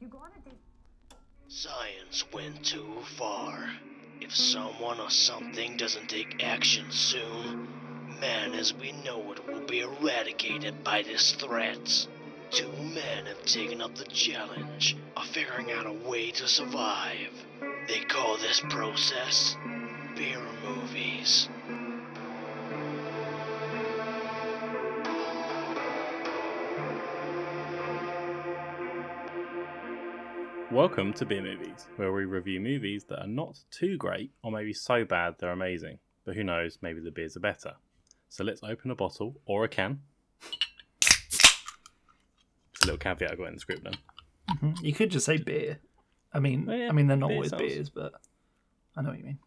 You go on a date. Science went too far. If someone or something doesn't take action soon, man as we know it will be eradicated by this threat. Two men have taken up the challenge of figuring out a way to survive. They call this process beer movies. Welcome to Beer Movies, where we review movies that are not too great or maybe so bad they're amazing. But who knows, maybe the beers are better. So let's open a bottle or a can. It's a little caveat I got in the script then. Mm-hmm. You could just say beer. I mean, Oh, yeah, I mean they're not beer always sounds- beers, but I know what you mean.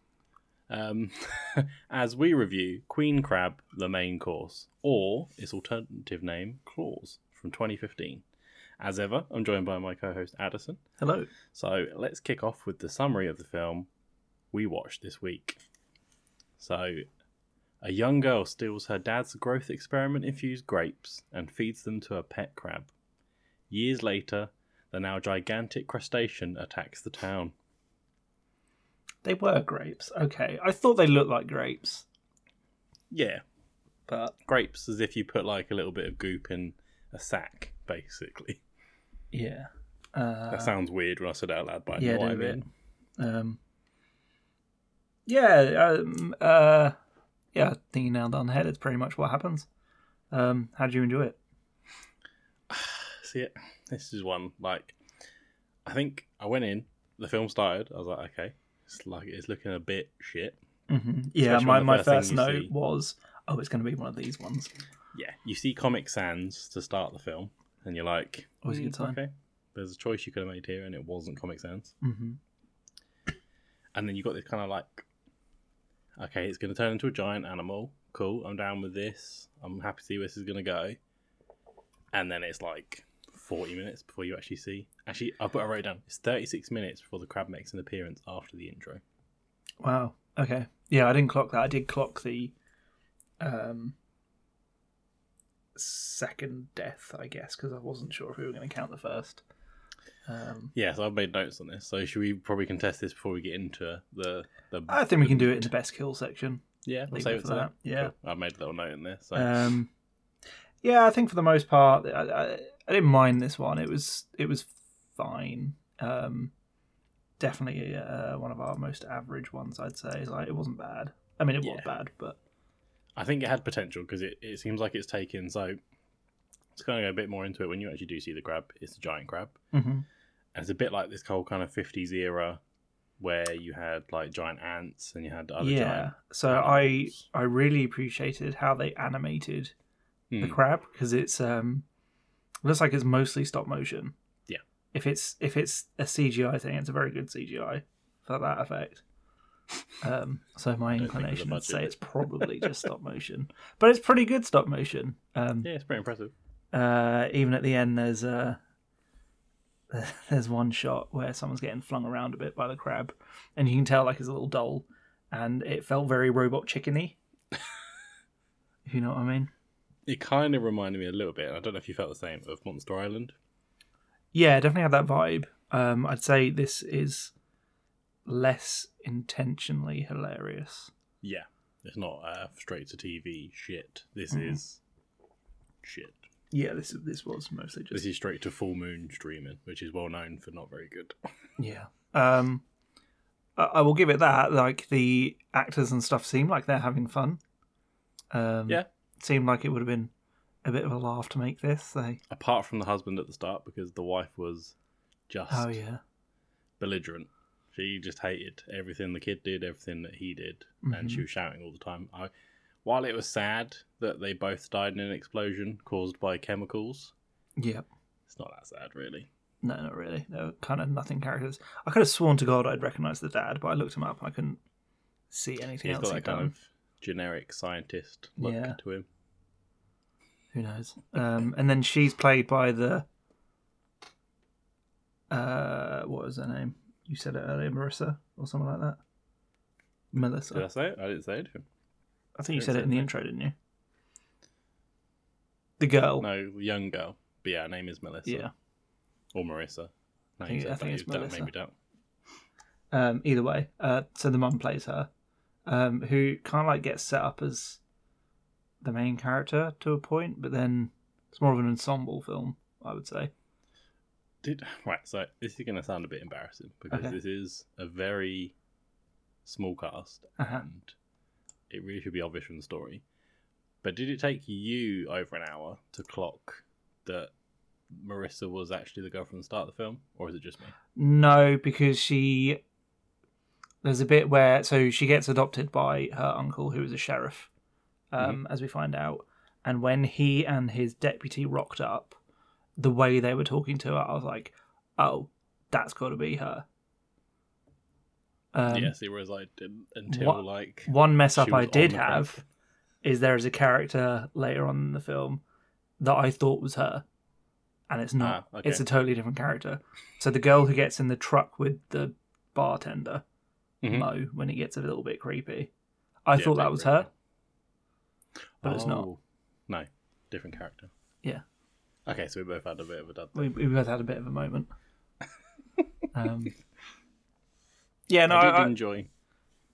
Um, as we review Queen Crab, the main course, or its alternative name, Claws, from 2015. As ever, I'm joined by my co host Addison. Hello. So let's kick off with the summary of the film we watched this week. So, a young girl steals her dad's growth experiment infused grapes and feeds them to a pet crab. Years later, the now gigantic crustacean attacks the town. They were grapes. Okay, I thought they looked like grapes, Yeah, but grapes as if you put like a little bit of goop in a sack, basically. yeah, uh, that sounds weird when I said it out loud, but I yeah, know what I a bit. mean. Um, yeah, um, uh, yeah. I think you nailed it on the head. It's pretty much what happens. Um, how do you enjoy it? See, this is one like I think I went in. The film started. I was like, okay, it's like it's looking a bit shit. Mm-hmm. Yeah, Especially my, on the my first thing first you note see. was, oh, it's going to be one of these ones. Yeah, you see Comic Sans to start the film, and you're like, Always a "Hmm, good time." Okay, there's a choice you could have made here, and it wasn't Comic Sans. Mm-hmm. And then you got this kind of like, okay, it's going to turn into a giant animal. Cool, I'm down with this. I'm happy to see where this is going to go. And then it's like 40 minutes before you actually see. Actually, I put I wrote it down. It's 36 minutes before the crab makes an appearance after the intro. Wow. Okay. Yeah, I didn't clock that. I did clock the um second death, I guess, because I wasn't sure if we were going to count the first. Um, Yeah, so I've made notes on this. So should we probably contest this before we get into the the? I think we can do it in the best kill section. Yeah, we'll leave save it it for to that. that. Yeah. Cool. I've made a little note in there. So Um, yeah, I think for the most part, I, I, I didn't mind this one. It was it was fine. Um, definitely uh, one of our most average ones, I'd say. Like it wasn't bad. I mean, it was Yeah. bad, but I think it had potential because it, it seems like it's taken. So it's going to go a bit more into it when you actually do see the grab. It's a giant grab, Mm-hmm. and it's a bit like this whole kind of fifties era where you had like giant ants and you had other yeah. giant. So I animals. I really appreciated how they animated the Mm. crab because it's um looks like it's mostly stop motion. Yeah. If it's if it's a CGI thing, it's a very good CGI for that effect. Um, so my think there's a inclination would say budget. it's probably just stop motion, but it's pretty good stop motion. Um, Yeah, it's pretty impressive. uh, even at the end, there's uh, there's one shot where someone's getting flung around a bit by the crab, and you can tell like it's a little doll, and it felt very robot chickeny. if you know what I mean? It kind of reminded me a little bit. and I don't know if you felt the same of Monster Island. Yeah, it definitely had that vibe. Um, I'd say this is less intentionally hilarious. Yeah, it's not uh, straight to TV shit. This Mhm. is shit. Yeah, this this was mostly This just is straight to full moon streaming, which is well known for not very good. yeah. Um, I, I will give it that. Like the actors and stuff seem like they're having fun. Um, Yeah. seemed like it would have been a bit of a laugh to make this. They Apart from the husband at the start, because the wife was just oh yeah, belligerent. She just hated everything the kid did, everything that he did, and Mm-hmm. she was shouting all the time. I, while it was sad that they both died in an explosion caused by chemicals, yeah. it's not that sad, really. No, not really. They were kind of nothing characters. I could have sworn to God I'd recognise the dad, but I looked him up and I couldn't see anything He's else got he'd that done. kind of generic scientist look Yeah. to him. Who knows? Um, and then she's played by the. Uh, what was her name? You said it earlier, Marissa, or something like that. Melissa. Did I say it? I didn't say it. I think you I said it said in the that. intro, didn't you? The girl. No, young girl. But yeah, her name is Melissa. Yeah. Or Marissa. No, I think- you said I think that. it's You- that made Melissa. me doubt. um, either way uh, so the mum plays her um, who kind of like gets set up as the main character to a point but then it's more of an ensemble film i would say Did right. So this is going to sound a bit embarrassing because Okay. this is a very small cast, Uh-huh. and it really should be obvious from the story. But did it take you over an hour to clock that Marissa was actually the girl from the start of the film, or is it just me? no because she there's a bit where so she gets adopted by her uncle who is a sheriff um, as we find out and when he and his deputy rocked up the way they were talking to her i was like oh that's got to be her um, yes, it was like um, until what- like One mess She up was I on did the crack. have is there is a character later on in the film that I thought was her, and it's not. Ah, okay. It's a totally different character. So the girl who gets in the truck with the bartender, Mhm. Mo, when it gets a little bit creepy, I Yeah, thought Blade that was Runner. her, but it's not. Oh, No, different character. Yeah. Okay, so we both had a bit of a dud. We, we both had a bit of a moment. um, yeah, no, I did I, enjoy.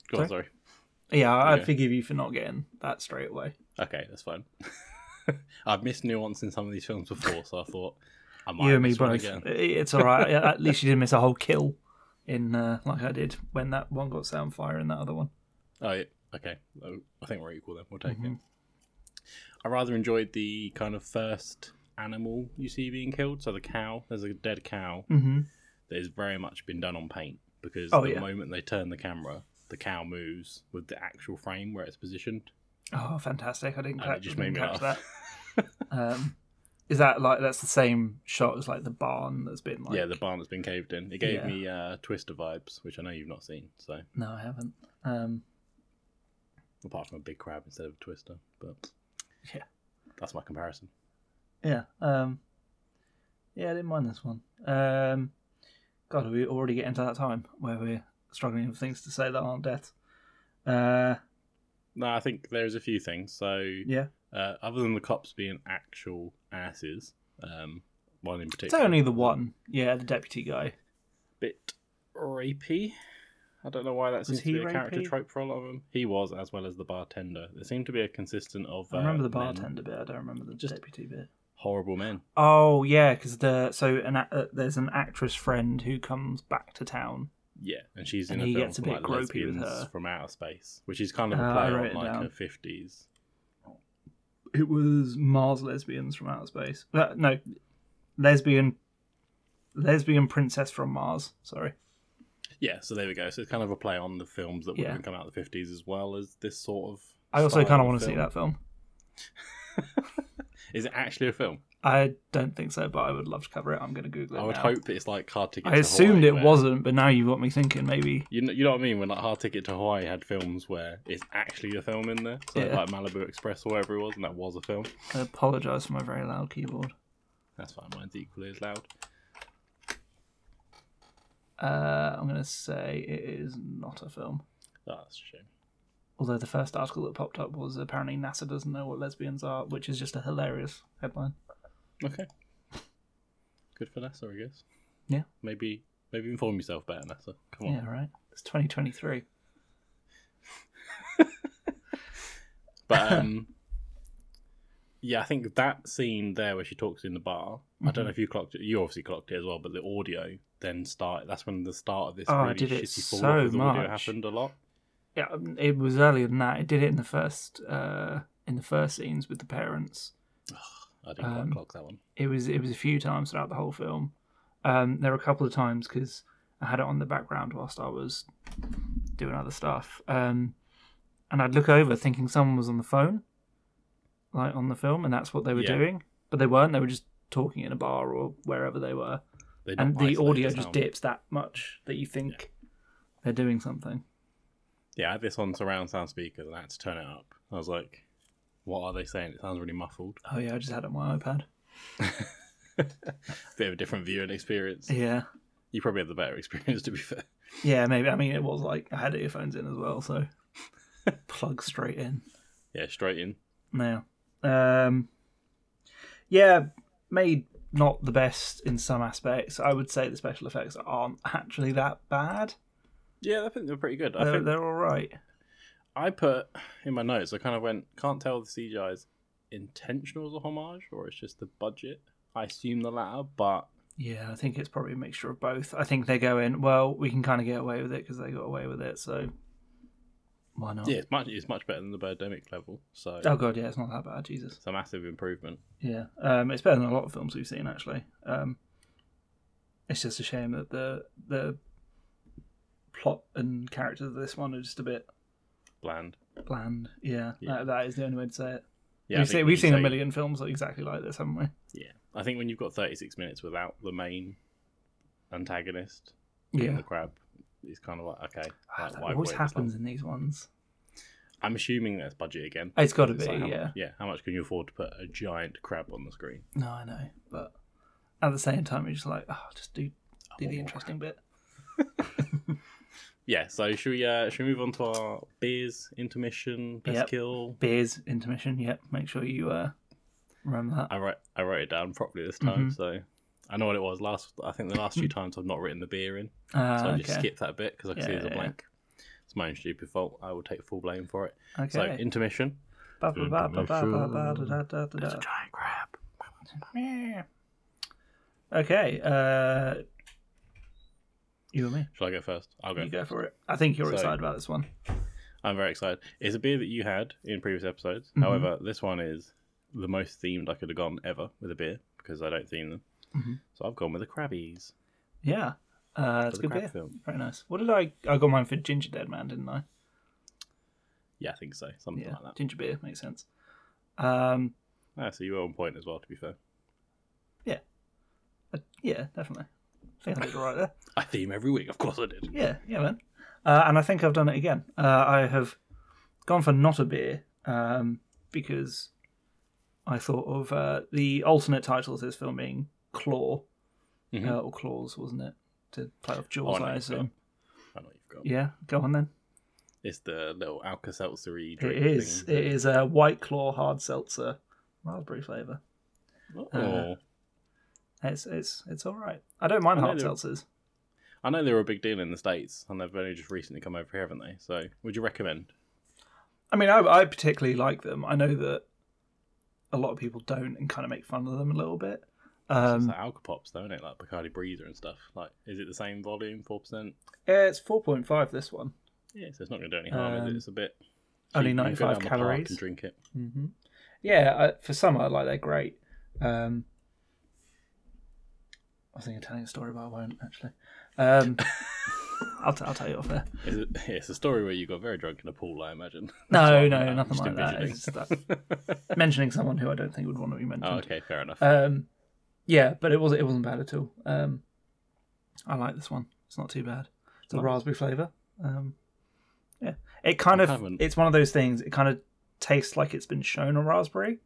Go on, Sorry? sorry. yeah, I Yeah. forgive you for not getting that straight away. Okay, that's fine. I've missed nuance in some of these films before, so I thought I might you and me miss one both. again. I- It's all right. At least you didn't miss a whole kill in uh, like I did when that one got sound fire and that other one. Oh, yeah. okay. Oh, I think we're equal then. We'll take it. Mhm. I rather enjoyed the kind of first animal you see being killed. So the cow, there's a dead cow Mm-hmm. that has very much been done on paint because Oh, the yeah. moment they turn the camera, the cow moves with the actual frame where it's positioned. Oh, fantastic! I didn't And catch, it just made didn't me catch laugh. that. Um, is that like that's the same shot as like the barn that's been like? yeah, the barn that's been caved in. It gave Yeah. me uh, Twister vibes, which I know you've not seen. So No, I haven't. Um, apart from a big crab instead of a Twister, but Yeah. that's my comparison. yeah. Um, yeah, I didn't mind this one. Um, God, are we already getting to that time where we're struggling with things to say that aren't death? Uh, No, I think there's a few things. So, yeah. uh, other than the cops being actual asses, um, one in It's particular. only the one. Yeah, the deputy guy. Bit rapey. I don't know why that seems to he be a character rapey? trope for a lot of them. He was, as well as the bartender. There seemed to be a consistent of. I remember uh, the men. bartender bit. I don't remember the Just- deputy bit. Horrible men. Oh yeah, because the so an a- uh, there's an actress friend who comes back to town. Yeah, and she's in And a he film gets a called, bit like, gropey with Lesbians her. from Outer Space, which is kind of a Ah, I play wrote on it like down. a 50s. It was Mars lesbians from outer space. Uh, no, lesbian, lesbian princess from Mars. Sorry. Yeah, so there we go. So it's kind of a play on the films that would Yeah. have come out of the 50s as well as this sort of. I also style kind of want to see film. that film. Is it actually a film? I don't think so, but I would love to cover it. I'm going to Google it. I would now. hope it's like Hard Ticket. I to assumed Hawaii it where- wasn't, but now you've got me thinking. Maybe You know, you know what I mean? When like Hard Ticket to Hawaii had films where it's actually a film in there, so Yeah. like Malibu Express or whatever it was, and that was a film. I apologise for my very loud keyboard. That's fine. Mine's equally as loud. Uh, I'm going to say it is not a film. Ah, That's a shame. Although the first article that popped up was apparently NASA doesn't know what lesbians are, which is just a hilarious headline. Okay. Good for NASA, I guess. Yeah. Maybe maybe inform yourself better, NASA. Come on. Yeah, right. It's 2023. But um, yeah, I think that scene there where she talks in the bar. I Mm-hmm. don't know if you clocked it. You obviously clocked it as well, but the audio then started. That's when the start of this Oh, I really did it shitty so fall off the audio much. happened a lot. Yeah, um, it was earlier than that. It did it in the first uh, in the first scenes with the parents. I didn't quite Um, clock that one. It was it was a few times throughout the whole film. Um, there were a couple of times because I had it on the background whilst I was doing other stuff, um, and I'd look over thinking someone was on the phone, like on the film, and that's what they were Yeah. doing, but they weren't. They were just talking in a bar or wherever they were. They and didn't the isolate audio just sound. dips that much that you think they're doing something. Yeah, I had this on surround sound speakers, and I had to turn it up. I was like, "What are they saying? It sounds really muffled." Oh yeah, I just had it on my iPad. Bit of a different viewing experience. Yeah, You probably had the better experience, to be fair. yeah, maybe. I mean, it was like I had earphones in as well, so plug straight in. Yeah, straight in. Now, um, yeah, made not the best in some aspects. I would say the special effects aren't actually that bad. Yeah, I think they're pretty good. I They're, think they're all right. I put in my notes. I kind of went, can't tell if the CGI is intentional as a homage or it's just the budget. I assume the latter, but Yeah, I think it's probably a mixture of both. I think they're going, well, we can kind of get away with it because they got away with it, so why not? yeah, it's much it's much better than the Birdemic level. So Oh god, yeah, it's not that bad, Jesus. it's a massive improvement. Yeah, um, it's better than a lot of films we've seen actually. Um, it's just a shame that the the plot and characters of this one are just a bit Bland. bland. Yeah, Yeah. that- that is the only way to say it. Yeah, I think we've seen, when we've you seen a say- million films exactly like this, haven't we? Yeah, I think when you've got 36 minutes without the main antagonist, being Yeah, the crab, it's kind of like okay. Ah, like, that why always wait this long? happens in these ones. I'm assuming that's budget again. It's got to be, It's like how- yeah. yeah. How much can you afford to put a giant crab on the screen? No, I know, but at the same time, you're just like, oh, just do do want the more interesting bit. Yeah, so should we uh should we move on to our beers intermission best Yep. kill? Beers intermission. Yep, make sure you uh, remember that. I wrote I wrote it down properly this Mm-hmm. time, so I know what it was last. I think the last few times I've not written the beer in, so Uh, I just Mm. okay. skipped that bit because I can see Yeah, there's yeah, a yeah. blank. It's my own stupid fault. I will take full blame for it. okay. So intermission. Ba- ba- ba- ba- ba- ba- ba- da- da- da- da- da. giant crab. Meh. Okay. Uh, you and me. Shall I go first? I'll go. You go for it. I think you're So- excited about this one. I'm very excited. It's a beer that you had in previous episodes. Mhm. However, this one is the most themed I could have gone ever with a beer because I don't theme them. Mhm. So I've gone with the Crabbies. Yeah. Uh, for it's the a good crab beer. film. Very nice. What did I? I got mine for Ginger Dead Man, didn't I? Yeah, I think so. Something Yeah. like that. Ginger beer makes sense. Um. Ah, so you were on point as well, to be fair. uh, Yeah, definitely. I think I did all right there. I theme every week. Of course I did. Yeah, yeah, man. Uh, and I think I've done it again. Uh, I have gone for not a beer um, because I thought of uh, the alternate title of this film being Claw Mhm. uh, or Claws, wasn't it? To play off Jaws, Oh, no, I you've assume. I know what you've got. Yeah, go on then. It's the little Alka Seltzer drink. It is. Thing. It is a White Claw hard seltzer, raspberry flavour. Oh. Uh, It's it's it's all right. I don't mind I know hard they're- seltzers. I know they were a big deal in the States and they've only just recently come over here, haven't they? So would you recommend? I mean, I, I particularly like them. I know that a lot of people don't and kind of make fun of them a little bit. It's Um, like Alka Pops, though, isn't it? Like Bacardi Breezer and stuff. Like, is it the same volume, 4%? Yeah, Uh, it's four point five. This one. Yeah, so it's not going to do any harm, is Um, it? It's a bit. only you can go 95 down the park calories. And drink it. Mm-hmm. Yeah, I, for summer, like they're great. Um, I was thinking of telling a story, but I won't actually. Um, I'll, t- I'll tell you off there. It's a, yeah, it's a story where you got very drunk in a pool, I imagine. No, what no, I'm nothing just like that. envisioning. It's just that- mentioning someone who I don't think would want to be mentioned. oh, okay, fair enough. Um, yeah, but it wasn't. It wasn't bad at all. Um, I like this one. It's not too bad. It's a Nice. raspberry flavour. Um, yeah, it kind I of. haven't. It's one of those things. It kind of tastes like it's been shown on raspberry.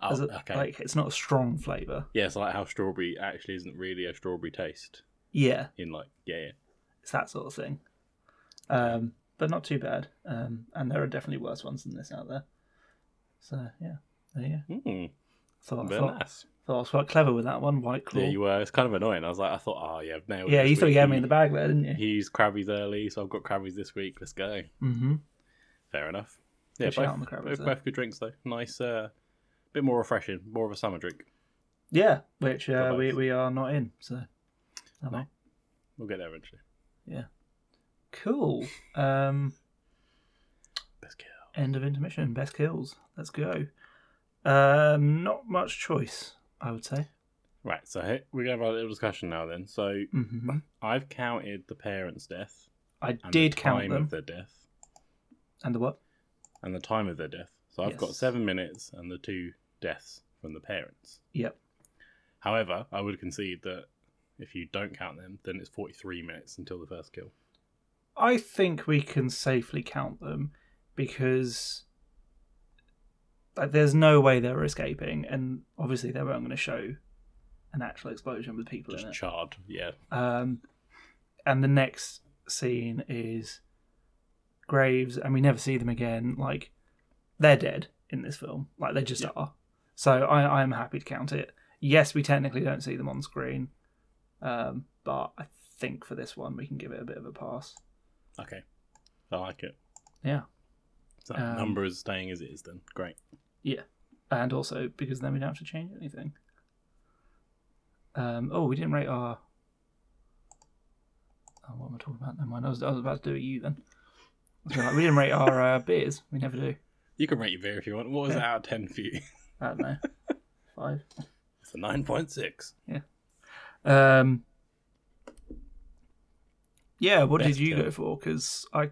oh, as a, okay. Like it's not a strong flavour. yeah, it's like how strawberry actually isn't really a strawberry taste Yeah, in like yeah, yeah. it's that sort of thing. Um, but not too bad. Um, and there are definitely worse ones than this out there. So yeah, there you Mm, go. Thought, I very thought, nice. thought I was quite clever with that one. White claw. Yeah, you were. It's kind of annoying. I was like, I thought, oh yeah, I've nailed. it Yeah, this you thought week. you had me in the bag there, didn't you? He used Krabbies early, so I've got Krabbies this week. Let's go. Mm-hmm. Fair enough. Yeah, Good shout both, on the Krabbies both, there. both good drinks though. Nice, uh, bit more refreshing, more of a summer drink. Yeah, which uh, both. we we are not in. So Oh, No. We'll get there eventually. cool. Um, Let's go. end of intermission. Best kills. Let's go. Um, not much choice, I would say. Right, so he- we're gonna have our little discussion now. Then, so hmm I've counted the parents' death. I and did the count time them of their death and the what? and the time of their death. So I've got Yes. seven minutes and the two deaths from the parents. Yep. However, I would concede that if you don't count them, then it's forty-three minutes until the first kill. I think we can safely count them because like, there's no way they're escaping, and obviously they weren't going to show an actual explosion with people in Just it. charred, yeah. Um, and the next scene is graves, and we never see them again. Like they're dead in this film. Like they just Yeah. are. So I, I am happy to count it, yes, we technically don't see them on screen, um, but I think for this one we can give it a bit of a pass. Okay. I like it. Yeah. So Um, number is staying as it is then. Great. and also because then we don't have to change anything. Um, oh, we didn't rate our. Oh, what am I talking about? Never mind. I was, I was about to do it you then. I was gonna like, we didn't rate our uh, beers. We never do. You can rate your beer if you want. What was it out of 10 for you? I don't know. Five. It's a 9.6. Um, yeah, what Best did you beer. go for? Because I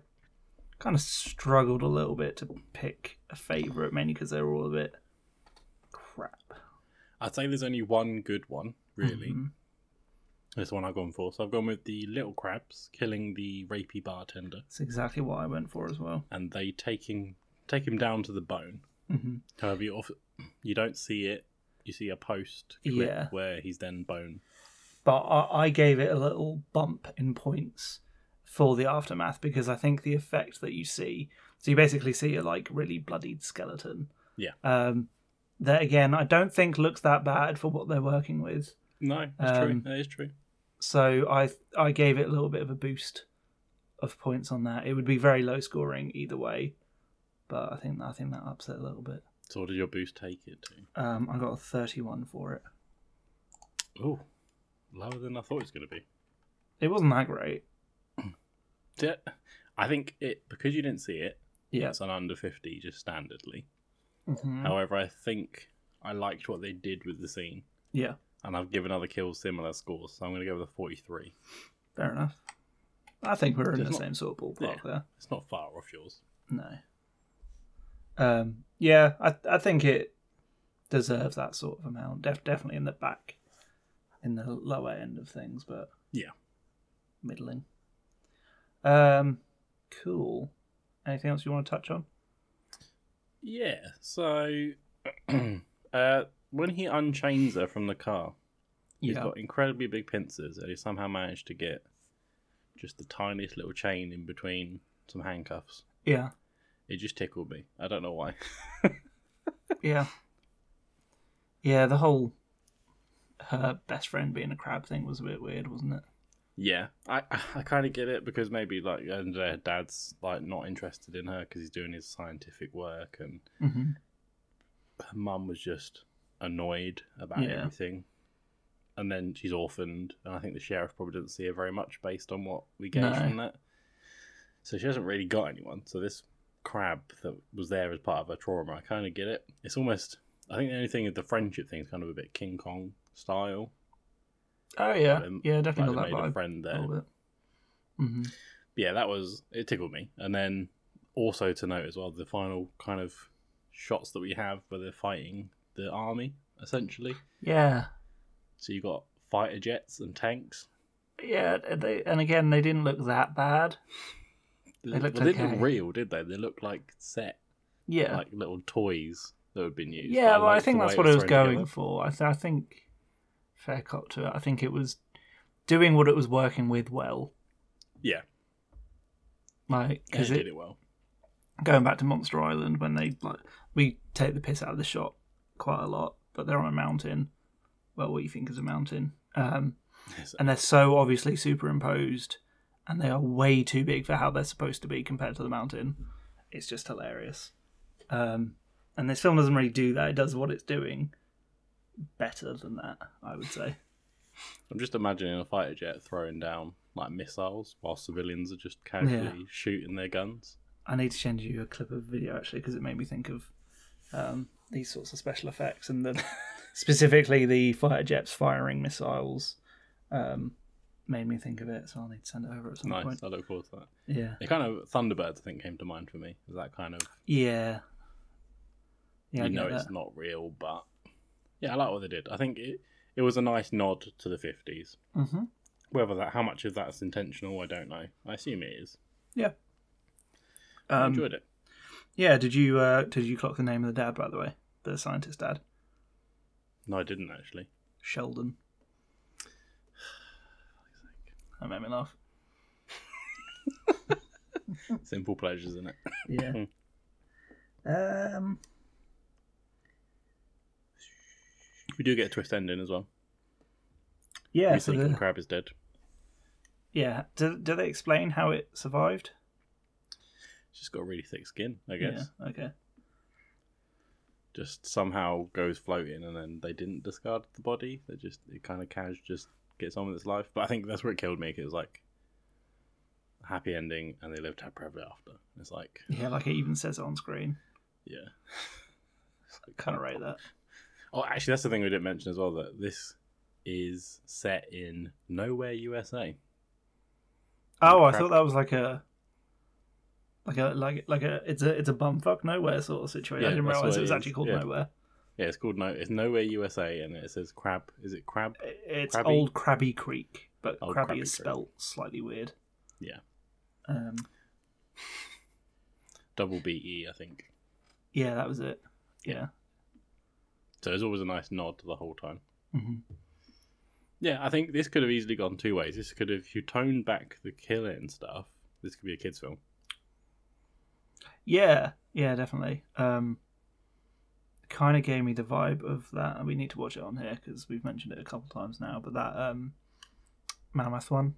kind of struggled a little bit to pick a favourite menu because they're all a bit crap. I'd say there's only one good one, really. Mhm. That's the one I've gone for. So I've gone with the Little Crabs killing the rapey bartender That's exactly what I went for as well. and they taking take him down to the bone. hmm However, you, off, you don't see it. You see a post clip Yeah. where he's then bone. but I, I gave it a little bump in points for the aftermath because I think the effect that you see. So you basically see a like really bloodied skeleton. Yeah. Um, that again, I don't think looks that bad for what they're working with. No, that's true. Um, That is true. So I I gave it a little bit of a boost of points on that. It would be very low scoring either way, but I think I think that upset a little bit. So what did your boost take it to? Um, I got a thirty-one for it. Oh, lower than I thought it was going to be. It wasn't that great. Yeah, I think it because you didn't see it. Yeah. It's an under fifty, just standardly. Mhm. However, I think I liked what they did with the scene, Yeah. and I've given other kills similar scores, so I'm going to go with a forty-three. Fair enough. I think we're in It's the not- same sort of ballpark there. It's not far off yours. No. Um. Yeah, I I think it deserves that sort of amount. Def- definitely in the back, in the lower end of things, but Yeah. middling. Um. Cool. Anything else you want to touch on? Yeah. So, uh, when he unchains her from the car, he's got incredibly big pincers, and he somehow managed to get just the tiniest little chain in between some handcuffs. Yeah. It just tickled me. I don't know why. Yeah. Yeah. The whole her best friend being a crab thing was a bit weird, wasn't it? Yeah, I I kind of get it because maybe like and their dad's like not interested in her because he's doing his scientific work, and Mm-hmm. her mum was just annoyed about Yeah. everything. And then she's orphaned, and I think the sheriff probably doesn't see her very much based on what we gauge No. from that. So she hasn't really got anyone. So this crab that was there as part of her trauma, I kind of get it. It's almost I think the only thing is the friendship thing is kind of a bit King Kong style. Oh yeah. Um, yeah. Like they Definitely made a got that Oh, vibe. friend a there, little bit. Mm-hmm. yeah, that was it tickled me. And then also to note as well the final kind of shots that we have where they're fighting the army essentially. Yeah, So you got fighter jets and tanks. yeah. They and again, they didn't look that bad. They, looked well, they didn't okay. look real, did they? They looked like set, Yeah, like little toys that had been used. yeah. Well, I liked think the that's way what it was thrown going together. for. I, th- I think fair cop to it. I think it was doing what it was working with well. Yeah, Like yeah, it because did it well. going back to Monster Island when they like we take the piss out of the shot quite a lot, but they're on a mountain. Well, what you think is a mountain, um, Yes. and they're so obviously superimposed, and they are way too big for how they're supposed to be compared to the mountain. It's just hilarious, um, and this film doesn't really do that. It does what it's doing better than that, I would say. I'm just imagining a fighter jet throwing down like missiles while civilians are just casually shooting their guns. I need to send you a clip of video actually because it made me think of um, these sorts of special effects and the specifically the fighter jets firing missiles um, made me think of it. So I'll need to send it over at some Nice. point. I look forward to that. Yeah, It kind of Thunderbirds I think came to mind for me. Is that kind of yeah, yeah. I you know get it's that. not real, but yeah, I like what they did. I think it it was a nice nod to the fifties. hmm Whether that how much of that's intentional, I don't know. I assume it is. Yeah. I Um, enjoyed it. yeah. Did you uh, did you clock the name of the dad by the way? The scientist dad, No, I didn't actually. Sheldon. That made me laugh. Hmm. Simple pleasures in it. Hmm. Yeah. um. We do get a twist ending as well. Yeah, we so think the the- crab is dead. yeah. Do, do they explain how it survived? She's got a really thick skin, I guess. Yeah. Okay. Just somehow goes floating, and then they didn't discard the body. They just it kind of cash just gets on with its life. But I think that's what killed me. 'cause It was like a happy ending, and they lived happily after. It's like Yeah, like it even says it on screen. yeah, It's like, Kind of rate that. Oh, actually, that's the thing we didn't mention as well. That this is set in nowhere USA. Oh, I crap. thought that was like a like a like like a it's a it's a bumfuck nowhere sort of situation. Yeah, I didn't that's realize what it was it actually is, called yeah. nowhere. Yeah, it's called no. It's nowhere USA, and it says crab. Is it crab? I- It's Crabby. old Crabby Creek, but Old Crabby, Crabby is Creek. spelt slightly weird. Yeah. Um. Double B E, I think. Yeah, that was it. Yeah. Yeah. So there's always a nice nod the whole time. hmm Yeah, I think this could have easily gone two ways. This could have, if you toned back the killing and stuff, this could be a kids' film. Yeah. Yeah. Definitely. Um. Kind of gave me the vibe of that, and we need to watch it on here because we've mentioned it a couple times now. But that um, mammoth one.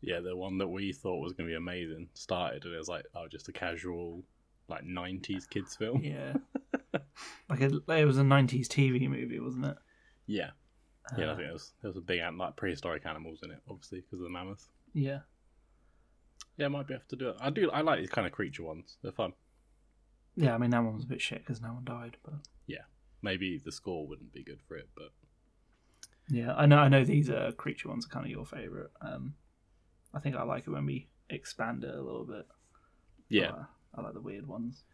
Yeah, the one that we thought was going to be amazing started, and it was like, oh, just a casual, like '90s kids' film. Yeah, Yeah. like it, it was a '90s TV movie, wasn't it? yeah, I Uh, think there was there was a big an- like prehistoric animals in it, obviously because of the mammoth. Yeah. Yeah, I might be able to do it. I do. I like these kind of creature ones. They're fun. Yeah, I mean that one was a bit shit because no one died, but Maybe the score wouldn't be good for it, but yeah, I know. I know these uh, creature ones are kind of your favorite. Um, I think I like it when we expand it a little bit. yeah, Uh, I like the weird ones.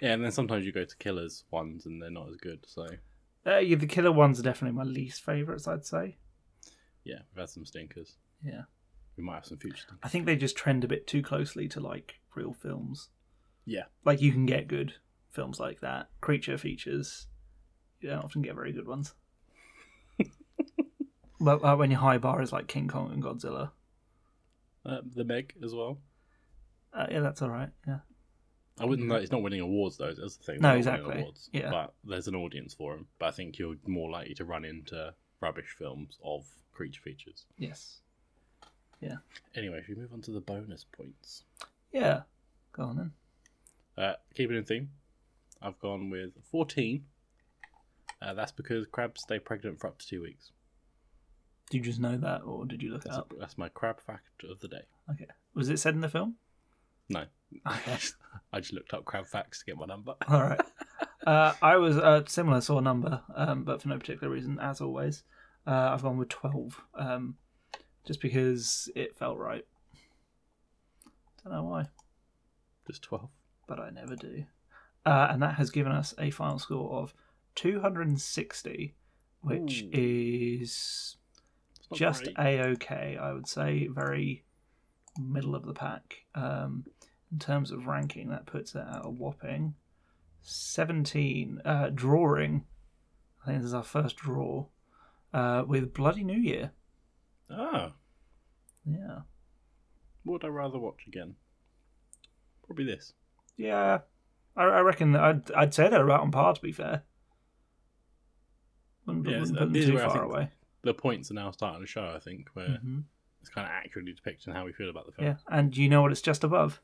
yeah. And then sometimes you go to killers ones, and they're not as good. So Uh, yeah, the killer ones are definitely my least favorites. I'd say. yeah, we've had some stinkers. Yeah, We might have some future stinkers. I think they just trend a bit too closely to like real films. Yeah. Like you can get good films like that. Creature features, you don't often get very good ones. well, like when your high bar is like King Kong and Godzilla. Uh, the Meg as well. Uh, yeah, that's all right. Yeah. I wouldn't. Like, it's not winning awards though. That's the thing. Mm. No, They're not winning exactly. Awards, Yeah. But there's an audience for them. But I think you're more likely to run into rubbish films of creature features. Yes. Anyway, should we move on to the bonus points? Yeah. Go on then. Uh, keep it in theme. I've gone with 14. Uh, that's because crabs stay pregnant for up to two weeks. Do you just know that, or did you look it That's, up? a, that's my crab fact of the day. Okay. Was it said in the film? No. Okay. I just looked up crab facts to get my number. All right. Uh, I was uh, similar sort of number, um, but for no particular reason, as always. Uh, I've gone with 12, um, just because it felt right. Don't know why, Just 12. but I never do. Uh, and that has given us a final score of 260, which Ooh. is It's not just great. a okay, I would say, very middle of the pack. Um, in terms of ranking, that puts it at a whopping 17. Uh, drawing, I think this is our first draw uh, with Bloody New Year. Ah, Yeah, what would I rather watch again? Probably this. yeah. I, I reckon that I'd I'd say they're about on par. To be fair, wouldn't, Yeah, wouldn't so put them these too were, I far think, away. The points are now starting to show, I think, where Mhm. it's kind of accurately depicting how we feel about the film. Yeah, and do you know what it's just above?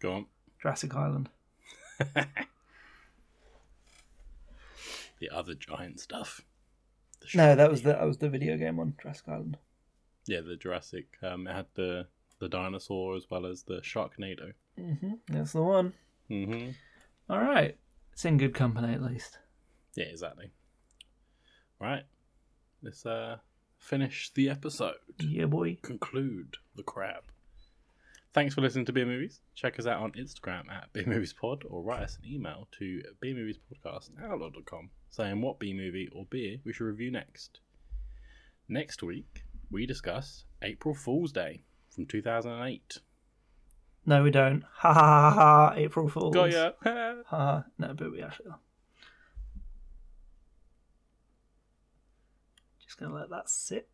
Go on. Jurassic Island. The other giant stuff. The No, shark that was people. the that was the video game one, Jurassic Island. Yeah, the Jurassic. Um, it had the the dinosaur as well as the Sharknado. Mm-hmm. That's the one. Mm-hmm. All right. It's in good company at least. Yeah, exactly. Right, let's uh finish the episode. Yeah, boy. Conclude the crab. Thanks for listening to Beer Movies. Check us out on Instagram at Beer Movies Pod or write us an email to Beer Movies Podcast outlook.com saying what B movie or beer we should review next. Next week, we discuss April Fool's Day from 2008. No, we don't. Ha ha ha ha. April Fools. Got ya! Ha ha. No, but we actually are. Just gonna let that sit.